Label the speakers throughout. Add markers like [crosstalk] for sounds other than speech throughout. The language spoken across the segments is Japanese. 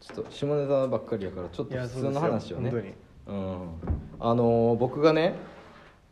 Speaker 1: ちょっと下ネタばっかりやからちょっ
Speaker 2: い
Speaker 1: と
Speaker 2: や
Speaker 1: 普
Speaker 2: そ
Speaker 1: 通
Speaker 2: うです
Speaker 1: の
Speaker 2: よ
Speaker 1: 話をね
Speaker 2: 本当に
Speaker 1: うんあのー僕がね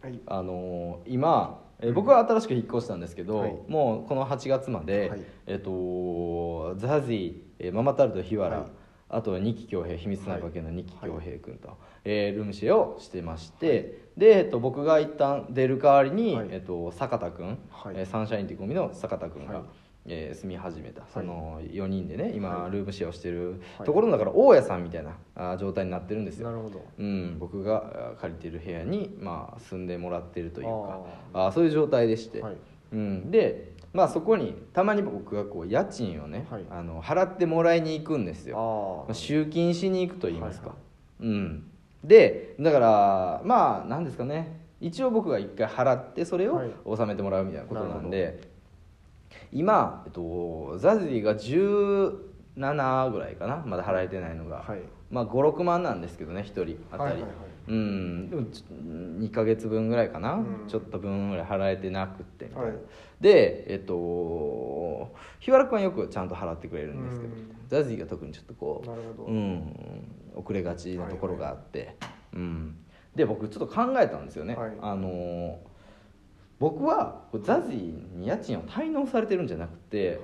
Speaker 2: はい
Speaker 1: あのー今、えー僕は新しく引っ越したんですけど、
Speaker 2: はい
Speaker 1: もうこの8月まで、
Speaker 2: はい
Speaker 1: えっ、とザジー、えーママタルト日原、
Speaker 2: はい
Speaker 1: あと二木恭平秘密な化けの二木恭平君と、えールームシェアをしてまして、で、えっと僕が一旦出る代わりに、
Speaker 2: はい
Speaker 1: えっと坂田君、
Speaker 2: はい
Speaker 1: えーサンシャインという組の坂田君が。
Speaker 2: はい
Speaker 1: えー住み始めたその4人でね今、ルームシェアをしてる
Speaker 2: はい
Speaker 1: ところのだから大家さんみたいなあー状態になってるんですよ
Speaker 2: なるほど
Speaker 1: うん、僕があ借りてる部屋に、まあ、住んでもらってるというか
Speaker 2: あ
Speaker 1: あそういう状態でして、
Speaker 2: はい
Speaker 1: うん、で、まあ、そこにたまに僕がこう家賃をね、
Speaker 2: はい
Speaker 1: あの払ってもらいに行くんですよま
Speaker 2: あ
Speaker 1: あ
Speaker 2: あ
Speaker 1: 集金しに行くと言いますか、
Speaker 2: は
Speaker 1: うん、でだからまあなんですかね一応僕が一回払ってそれを
Speaker 2: はい
Speaker 1: 納めてもらうみたいなことなんで、
Speaker 2: な
Speaker 1: 今、えっと、ザズィが17ぐらいかなまだ払えてないのが、
Speaker 2: はい
Speaker 1: まあ56万なんですけどね1人当たり、
Speaker 2: はいはいはい
Speaker 1: うんでもち2ヶ月分ぐらいかな、
Speaker 2: うん
Speaker 1: ちょっと分ぐらい払えてなくってみたいな、
Speaker 2: はい
Speaker 1: でえっと日原君はよくちゃんと払ってくれるんですけど、
Speaker 2: うん
Speaker 1: ザズィが特にちょっとこう
Speaker 2: なるほど
Speaker 1: うん、遅れがちなところがあって、うん、で僕ちょっと考えたんですよね、
Speaker 2: はい
Speaker 1: あのー僕はこうザジーに家賃を滞納されてるんじゃなくて、
Speaker 2: はい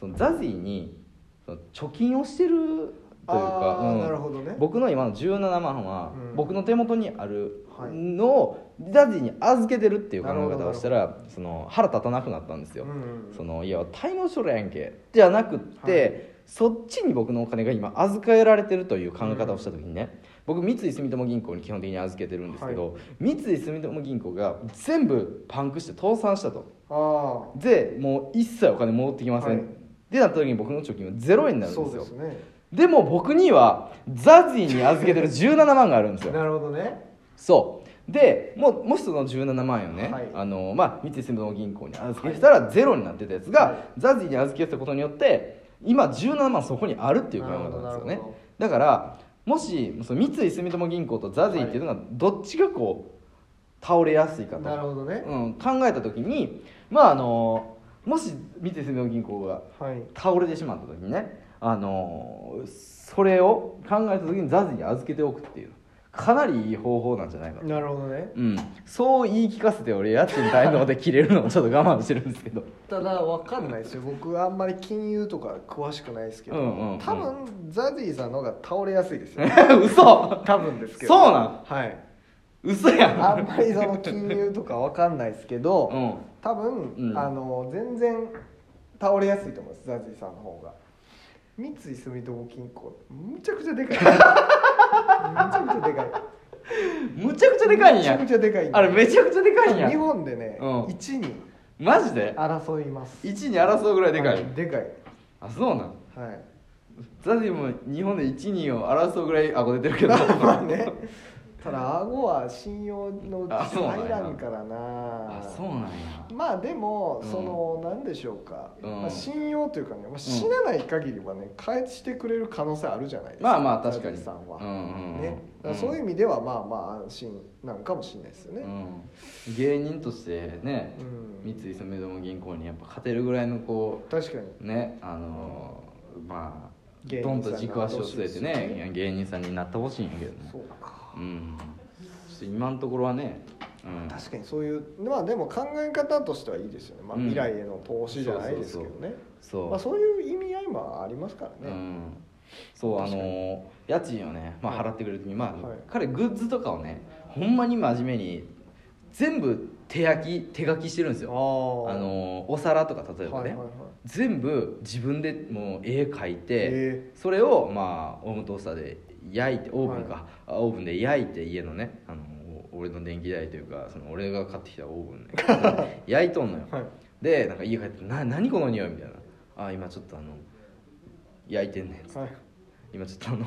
Speaker 1: そのザジーにその貯金をしてるというか、
Speaker 2: あー
Speaker 1: うん
Speaker 2: なるほどね
Speaker 1: 僕の今の17万は
Speaker 2: うん
Speaker 1: 僕の手元にある
Speaker 2: はい
Speaker 1: のをザジーに預けてるっていう考
Speaker 2: なるほ
Speaker 1: え
Speaker 2: ど
Speaker 1: 方をしたらその腹立たなくなったんですよ、
Speaker 2: うん
Speaker 1: そのいや滞納しとるやんけじゃなくって、
Speaker 2: は
Speaker 1: そっちに僕のお金が今預けられてるという考え方をした時にね、僕三井住友銀行に基本的に預けてるんですけど、三井住友銀行が全部パンクして倒産したと
Speaker 2: ああ
Speaker 1: でもう一切お金戻ってきません、
Speaker 2: はい
Speaker 1: でなった時に僕の貯金はゼロ円になるんです
Speaker 2: そう
Speaker 1: よ
Speaker 2: ですね
Speaker 1: でも僕にはザジーに預けてる17万があるんですよ
Speaker 2: なるほどね
Speaker 1: そうでもうもしその17万円をね、
Speaker 2: はい
Speaker 1: あのまあ、三井住友銀行に預けてたらゼロになってたやつが、
Speaker 2: はい
Speaker 1: ザジーに預けてたことによって今17万そこにあるっていう考え
Speaker 2: なる
Speaker 1: 方
Speaker 2: ほど
Speaker 1: なんですよね
Speaker 2: なるほど
Speaker 1: だからもしその三井住友銀行とザジーっていうのがどっちがこう倒れやすいかと
Speaker 2: なるほどね
Speaker 1: うん、考えた時にまああのもし三井住友銀行が
Speaker 2: はい
Speaker 1: 倒れてしまった時にねあのそれを考えた時にザズに預けておくっていうかなりいい方法なんじゃないかと、
Speaker 2: なるほどね
Speaker 1: うん、そう言い聞かせて俺家賃滞納で切れるのをちょっと我慢してるんですけど
Speaker 2: ただわかんないですよ僕あんまり金融とか詳しくないですけど、
Speaker 1: うんうんうん
Speaker 2: 多分ザディさんの方が倒れやすいですよ
Speaker 1: [laughs] 嘘
Speaker 2: 多分ですけど
Speaker 1: そうなん
Speaker 2: はい
Speaker 1: 嘘やん
Speaker 2: あんまりその金融とかわかんないです
Speaker 1: [laughs]
Speaker 2: けど、
Speaker 1: うん
Speaker 2: 多分、
Speaker 1: うん
Speaker 2: あの全然倒れやすいと思いますザジーさんの方が三井住友銀行むちゃくちゃでかいむちゃくちゃでかい
Speaker 1: むちゃくちゃでかいん
Speaker 2: むちゃ
Speaker 1: や
Speaker 2: くちゃでかい
Speaker 1: あれめちゃくちゃでかいんや
Speaker 2: 日本でね、
Speaker 1: うん
Speaker 2: 一に
Speaker 1: マジで
Speaker 2: 争います
Speaker 1: 1に争うぐらいでかい、
Speaker 2: はいでかい
Speaker 1: あそうなん
Speaker 2: はい
Speaker 1: ザズも日本で1人を争うぐらい顎出てるけど
Speaker 2: [laughs] まあねただ顎は信用のうち
Speaker 1: あそうなんや
Speaker 2: 入らんからな
Speaker 1: あそうなんや
Speaker 2: まあでも、
Speaker 1: うん
Speaker 2: その何でしょうか、
Speaker 1: うん
Speaker 2: まあ、信用というかね、まあ、死なない限りはね返してくれる可能性あるじゃないですか
Speaker 1: まあまあ確かに
Speaker 2: ジャニーさんは、
Speaker 1: うんうんうん
Speaker 2: ね、だからそういう意味ではまあまあ安心なんかもしれないですよね、
Speaker 1: うん、芸人としてね、
Speaker 2: うん
Speaker 1: 三井住友銀行にやっぱ勝てるぐらいのこ
Speaker 2: 確かに
Speaker 1: うねあのーまあ
Speaker 2: 芸人
Speaker 1: ド
Speaker 2: さん
Speaker 1: ン
Speaker 2: が
Speaker 1: と軸足を据えて
Speaker 2: どうして
Speaker 1: ね
Speaker 2: も
Speaker 1: いや芸人さんになってほしいんやけどね
Speaker 2: そうか
Speaker 1: うんそして今のところはね、うん、
Speaker 2: 確かにそういうまあでも考え方としてはいいですよね、まあ、
Speaker 1: うん
Speaker 2: 未来への投資じゃないですけどね、
Speaker 1: そう、
Speaker 2: まあ、そういう意味合いもありますから
Speaker 1: う
Speaker 2: ね、
Speaker 1: んそうあ
Speaker 2: 確かに
Speaker 1: のー家賃をね、まあ、
Speaker 2: はい
Speaker 1: 払ってくれる時に、まあ
Speaker 2: はい
Speaker 1: 彼グッズとかをねほんまに真面目に全部手焼き手書きしてるんです
Speaker 2: あ
Speaker 1: よ
Speaker 2: ー
Speaker 1: あのーお皿とか例えばね、
Speaker 2: はいはいはい
Speaker 1: 全部自分でもう絵描いて、
Speaker 2: え
Speaker 1: それをまあオーブントースターで焼いてオーブンか、
Speaker 2: は
Speaker 1: あオーブンで焼いて家のねあのお俺の電気代というかその俺が買ってきたオーブンね
Speaker 2: [laughs]
Speaker 1: 焼いとんのよ、
Speaker 2: はい
Speaker 1: でなんか家帰って「な何この匂い」みたいな「あ今ちょっとあの焼いてんねん」
Speaker 2: はい
Speaker 1: 今ちょっとあの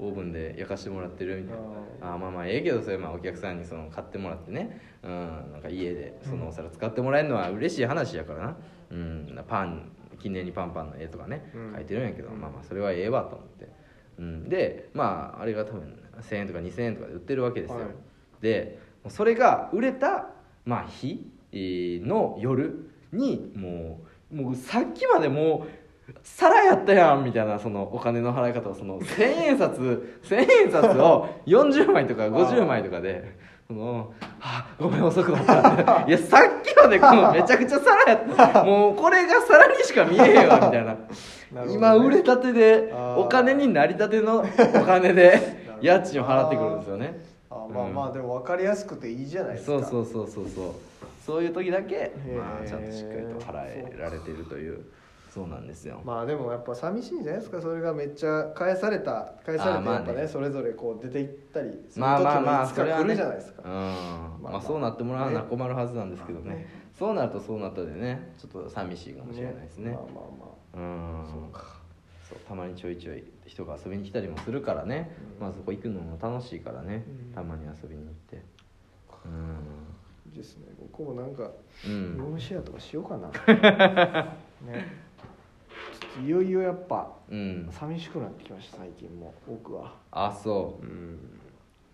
Speaker 1: オーブンで焼かしてもらってるみたい
Speaker 2: あ
Speaker 1: なあまあまあええけどそれまあお客さんにその買ってもらってね、うん、なんか家でそのお皿使ってもらえるのは嬉しい話やからな、うん、パン記念にパンパンの絵とかね
Speaker 2: うん
Speaker 1: 書いてるんやけど、まあまあそれはええわと思って、うん、でまああれが多分1000円とか2000円とかで売ってるわけですよ、
Speaker 2: はい
Speaker 1: でもうそれが売れた、まあ、日えーの夜にもうもうさっきまでもう皿やったやんみたいなそのお金の払い方をその1,000円札1,000円札を40枚とか50枚とかでその「はあごめん遅くなった」いやさっきまでこのめちゃくちゃ皿やったもうこれが皿にしか見えへんわ」みたいな
Speaker 2: なるほどね
Speaker 1: 今売れたてで
Speaker 2: あー
Speaker 1: お金になりたてのお金で
Speaker 2: ほど
Speaker 1: 家賃を払ってくるんですよね
Speaker 2: あまあまあでも分かりやすくていいじゃないですか
Speaker 1: そうそううそうそうそうそういう時だけ、
Speaker 2: へー
Speaker 1: まあ、ちゃんとしっかりと払えられてるというそうなんですよ、
Speaker 2: まあでもやっぱ寂しいんじゃないですかそれがめっちゃ返された返され
Speaker 1: あー
Speaker 2: て
Speaker 1: まあ
Speaker 2: や
Speaker 1: ね
Speaker 2: っぱねそれぞれこう出て行ったりする
Speaker 1: まあ
Speaker 2: 時
Speaker 1: まあま
Speaker 2: もい
Speaker 1: あ
Speaker 2: つ
Speaker 1: そ
Speaker 2: か
Speaker 1: れは
Speaker 2: 来
Speaker 1: ね
Speaker 2: るじゃないですか
Speaker 1: うんま
Speaker 2: まあ
Speaker 1: あ
Speaker 2: まあ
Speaker 1: そうなってもらわな
Speaker 2: ね
Speaker 1: 困るはずなんですけどね,、
Speaker 2: まあね
Speaker 1: そうなるとそうなったでねちょっと寂しいかもしれないですね
Speaker 2: まあまあまあ
Speaker 1: うん
Speaker 2: そうか
Speaker 1: そうたまにちょいちょい人が遊びに来たりもするからね、
Speaker 2: うん
Speaker 1: まあそこ行くのも楽しいからね、
Speaker 2: うん
Speaker 1: たまに遊びに行って
Speaker 2: いいですね僕もなんか
Speaker 1: うん、
Speaker 2: ルー
Speaker 1: うん
Speaker 2: ムシェアとかしようか
Speaker 1: [laughs]
Speaker 2: なねちょっといよいよやっぱ
Speaker 1: うん、
Speaker 2: 寂しくなってきました最近も僕は
Speaker 1: あそ
Speaker 2: うん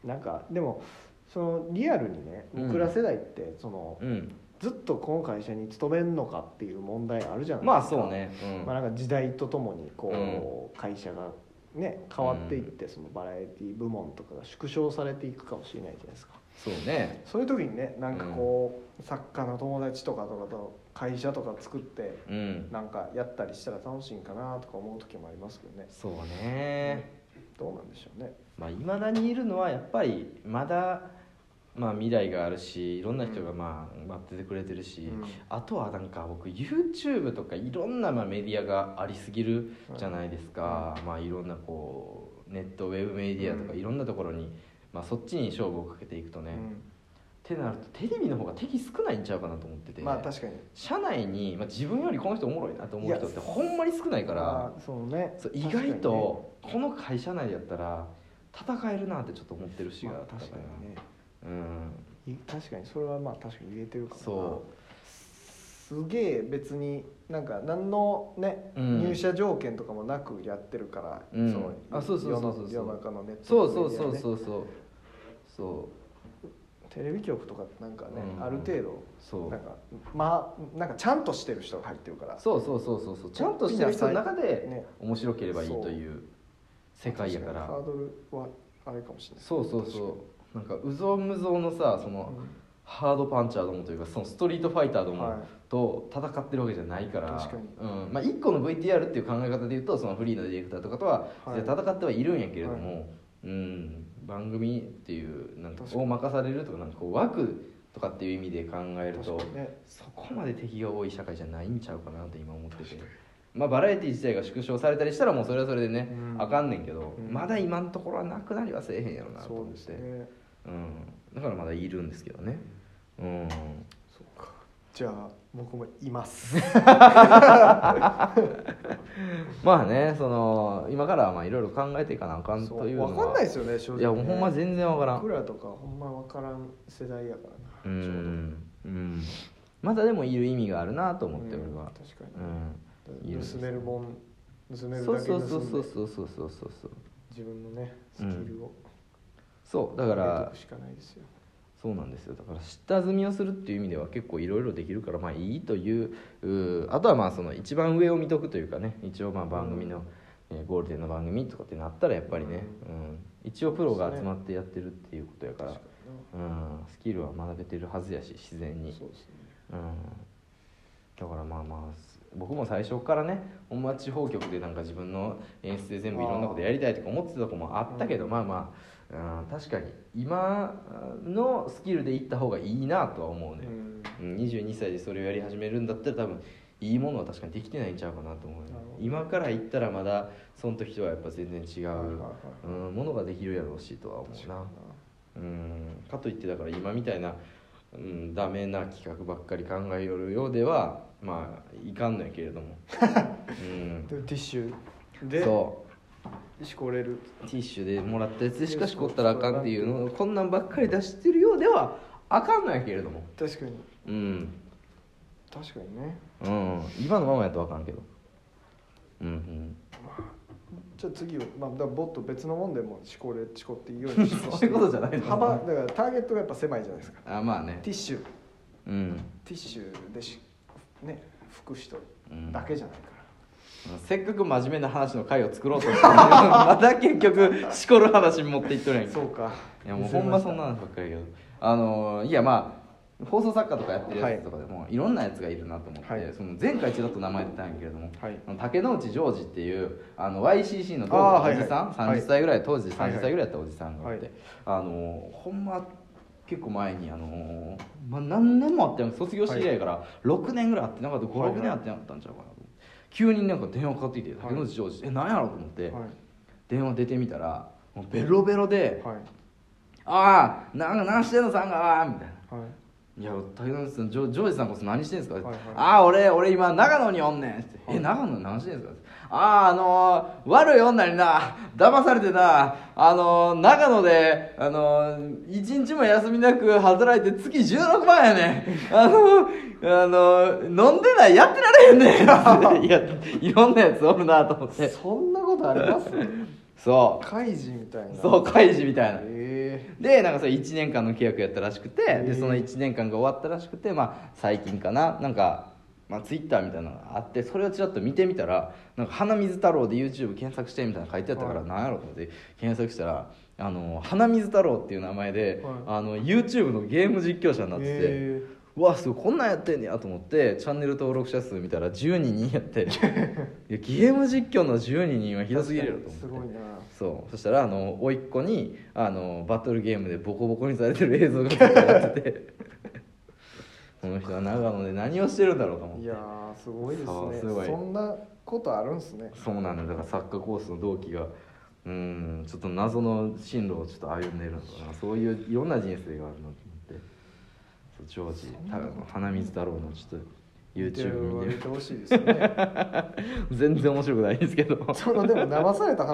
Speaker 2: なんかでもそのリアルにね
Speaker 1: うん
Speaker 2: 僕ら世代ってその、
Speaker 1: ううん
Speaker 2: ずっとこの会社に勤めるのかっていう問題あるじゃないですか
Speaker 1: まあそうね、うん
Speaker 2: まあ、なんか時代とともにこう、会社がね変わっていって、そのバラエティ部門とかが縮小されていくかもしれないじゃないですか
Speaker 1: そうね
Speaker 2: そういう時にねなんかこう、作家の友達とかとかと会社とか作って
Speaker 1: うん
Speaker 2: なんかやったりしたら楽しいんかなとか思う時もありますけどね
Speaker 1: そうね
Speaker 2: どうなんでしょうね
Speaker 1: まあ、未だにいるのはやっぱりまだ、まあ、未来があるしいろんな人がまあ待っててくれてるし、
Speaker 2: うん
Speaker 1: あとはなんか僕 YouTube とかいろんなまあメディアがありすぎるじゃないですか、まあ、いろんなこうネットウェブメディアとか
Speaker 2: うん
Speaker 1: いろんなところに、まあ、そっちに勝負をかけていくとね、っ
Speaker 2: う
Speaker 1: てなるとテレビの方が敵少ないんちゃうかなと思ってて、
Speaker 2: ん、まあ確かに
Speaker 1: 社内に、まあ、自分よりこの人おもろいなと思う人ってほんまに少ないから。
Speaker 2: まあそうね
Speaker 1: そう意
Speaker 2: 確かにね
Speaker 1: 外とこの会社内やったら戦えるなってちょっと思ってる節があ
Speaker 2: ま
Speaker 1: っ
Speaker 2: あ
Speaker 1: たから
Speaker 2: 確かにね
Speaker 1: うん
Speaker 2: い確かにそれはまあ確かに言えてるかもな
Speaker 1: そ
Speaker 2: すげえ別になんか何のね、
Speaker 1: うん
Speaker 2: 入社条件とかもなくやってるから、
Speaker 1: うんあそうそうそうそうそう
Speaker 2: 世の世の中のネット
Speaker 1: そうそうそう
Speaker 2: う
Speaker 1: そうそうそう
Speaker 2: テレビ局とかなんかね、
Speaker 1: うん
Speaker 2: ある程度
Speaker 1: そう
Speaker 2: なんかまあなんかちゃんとしてる人が入ってるから
Speaker 1: そうそうそうそうそうちゃんとしてる人の中で
Speaker 2: ね
Speaker 1: 面白ければいいという世界やか
Speaker 2: 確
Speaker 1: ら
Speaker 2: にハードルはあれかもしれない
Speaker 1: そうそうそうなんかうぞうむぞうのさそのハードパンチャーどもというかそのストリートファイターども、
Speaker 2: はい
Speaker 1: と戦ってるわけじゃないから
Speaker 2: 確かに
Speaker 1: うんまあ、1個の VTR っていう考え方で言うとそのフリーのディレクターとかとは
Speaker 2: はい
Speaker 1: 戦ってはいるんやけれども、
Speaker 2: は
Speaker 1: うん、番組っていうなんか
Speaker 2: 確かに
Speaker 1: を任されるとかなんかこう枠とかっていう意味で考える
Speaker 2: 確
Speaker 1: と
Speaker 2: かにね
Speaker 1: そこまで敵が多い社会じゃないんちゃうかなと今思ってて。まあ、バラエティ自体が縮小されたりしたらもうそれはそれでね、
Speaker 2: うん
Speaker 1: あかんねんけど、
Speaker 2: うん
Speaker 1: まだ今のところはなくなりはせえへんやろなと
Speaker 2: そ
Speaker 1: 思
Speaker 2: う
Speaker 1: っ
Speaker 2: です
Speaker 1: て、
Speaker 2: ね
Speaker 1: うん、だからまだいるんですけどね、うん、
Speaker 2: そうかじゃあ僕もいます
Speaker 1: まあねその今からはまあいろいろ考えていか [laughs] なあかんというのは
Speaker 2: 分かんないですよね正直
Speaker 1: いやもうほんま全然わからん
Speaker 2: 僕らとかほんま分からん世代やから
Speaker 1: う
Speaker 2: なちょうど
Speaker 1: ん、うん、まだでもいる意味があるなと思って
Speaker 2: うん
Speaker 1: 俺は
Speaker 2: 確か
Speaker 1: うん
Speaker 2: に、
Speaker 1: いるんです
Speaker 2: 盗めるもん盗
Speaker 1: う
Speaker 2: め
Speaker 1: ん
Speaker 2: る
Speaker 1: そう
Speaker 2: だけ
Speaker 1: そ
Speaker 2: 盗ん
Speaker 1: う
Speaker 2: で
Speaker 1: そうそうそうそうそうそうそう
Speaker 2: 自分のねスキルを
Speaker 1: そうだ
Speaker 2: だ
Speaker 1: から
Speaker 2: しかないですよ、
Speaker 1: そうなんですよだから下積みをするっていう意味では結構いろいろできるからまあいいといううーあとはまあその一番上を見とくというかね一応まあ番組の、えーゴールデンの番組とかってなったらやっぱりね、うん一応プロが集まってやってるっていうことやから、
Speaker 2: 確か
Speaker 1: うん、スキルは学べてるはずやし自然
Speaker 2: に
Speaker 1: に
Speaker 2: なそうですね
Speaker 1: うん、だからまあまあす僕も最初からねほんま地方局でなんか自分の演出で全部いろんなことやりたいとか思ってたとこもあったけどまあまあ、うん、確かに今のスキルでいった方がいいなとは思うね
Speaker 2: う、ん
Speaker 1: うん、22歳でそれをやり始めるんだったら多分いいものは確かにできてないんちゃうかなと思う、ね
Speaker 2: なるほ、ど
Speaker 1: 今から行ったらまだその時とはやっぱ全然違う、
Speaker 2: はいはいはい
Speaker 1: うん、ものができるやろうしとは思
Speaker 2: 確
Speaker 1: う
Speaker 2: か
Speaker 1: な。うんかといってだから今みたいな、うん、ダメな企画ばっかり考えよるようではまあいかんのやけれども、 [laughs] う
Speaker 2: に
Speaker 1: ん、
Speaker 2: なでティッシュで
Speaker 1: そ
Speaker 2: しこれる
Speaker 1: うティッシュでもらったやつでしかしこったらあかんっていうのこんなんばっかり出してるようではあかんのやけれども
Speaker 2: 確かに
Speaker 1: うん、
Speaker 2: 確かにね
Speaker 1: うん、今のままやとあかんけどうん
Speaker 2: じゃあ次を、まあ、だからもっと別のもんでもしこれしこっていいよう
Speaker 1: [laughs]
Speaker 2: に
Speaker 1: そういうことじゃないの
Speaker 2: 幅だからターゲットがやっぱ狭いじゃないですか
Speaker 1: うんあまあね
Speaker 2: ティッシュ
Speaker 1: うん
Speaker 2: ティッシュでしね拭く人だけじゃないから、
Speaker 1: せっかく真面目な話の回を作ろうとしてる [laughs] また結局しこる話に持っていっとるやんけ
Speaker 2: そうか
Speaker 1: いやもうほんまそんなのばっかりやけどあのーいやまあ放送作家とかやってるやつとかでも、い、ろんなやつがいるなと思って、
Speaker 2: はい
Speaker 1: その前回ちらっと名前出たんやけれども、
Speaker 2: はい
Speaker 1: あの竹之内ジョージっていうあの YCC の当時の
Speaker 2: あーはい
Speaker 1: お
Speaker 2: はい
Speaker 1: じさん、
Speaker 2: は
Speaker 1: 30
Speaker 2: い
Speaker 1: 歳ぐらい当時
Speaker 2: はいはい
Speaker 1: 30歳ぐらいやったおじさんがいて、
Speaker 2: はい
Speaker 1: あのーほんま結構前にあのーまあ、何年もあったよ卒業して以来から6年ぐらい会ってなかった56
Speaker 2: はいはい
Speaker 1: 年会ってなかったんちゃうかなと思って急になんか電話かかってきて
Speaker 2: い
Speaker 1: 竹之内ジョージ、え何やろうと思って、
Speaker 2: はい
Speaker 1: 電話出てみたらもうベロベロで、
Speaker 2: はい
Speaker 1: ああなんか何してんのさんがみたいな
Speaker 2: はい
Speaker 1: 「いや竹野内さんジョジョージさんこそ何してんすか
Speaker 2: はいはい
Speaker 1: ああ俺俺今長野におんねん」って「
Speaker 2: はい
Speaker 1: え長野何してんすか?」あああのー悪い女にな騙されてなあのー長野であのー一日も休みなく働いて月16万やねんあのーあのー飲んでないやってられへんねん」
Speaker 2: [laughs]
Speaker 1: いや [laughs] いろんなやつおるなと思って
Speaker 2: そんなことあり
Speaker 1: [laughs]
Speaker 2: ます
Speaker 1: そ
Speaker 2: カイジみたいうな
Speaker 1: そう
Speaker 2: う
Speaker 1: カイジみたいな
Speaker 2: え
Speaker 1: でなんかそれ1年間の契約やったらしくて
Speaker 2: へ
Speaker 1: で
Speaker 2: え
Speaker 1: その1年間が終わったらしくて、まあ、最近かななんか、まあ、ツイッターみたいなのがあってそれをちらっと見てみたら「なんか花水太郎」で YouTube 検索してみたいなの書いてあったから、
Speaker 2: はい
Speaker 1: なんやろうと思って検索したら「あの花水太郎」っていう名前で、
Speaker 2: はい
Speaker 1: あの YouTube のゲーム実況者になってて。
Speaker 2: へ
Speaker 1: うわすごいこんなんやってんねやと思ってチャンネル登録者数見たら10人にやってい
Speaker 2: [laughs]
Speaker 1: やゲーム実況の10人はひどすぎるよと思って
Speaker 2: すごいな
Speaker 1: そうそしたらあの甥っ子にあのバトルゲームでボコボコにされてる映像がかかってて [laughs] この人は長野で何をしてるんだろうと思っ
Speaker 2: い
Speaker 1: て
Speaker 2: やーすごいです
Speaker 1: そう
Speaker 2: ね
Speaker 1: すごい
Speaker 2: そんなことあるんすね
Speaker 1: そうなんだよだからサッカーコースの同期がうんちょっと謎の進路をちょっと歩んでるのかなそういういろんな人生があるなと思ってそうジョージた花水太郎のちょっと [laughs] YouTube 見て
Speaker 2: 見てほしいですね
Speaker 1: 全然面白くないんですけど
Speaker 2: そのでも騙された話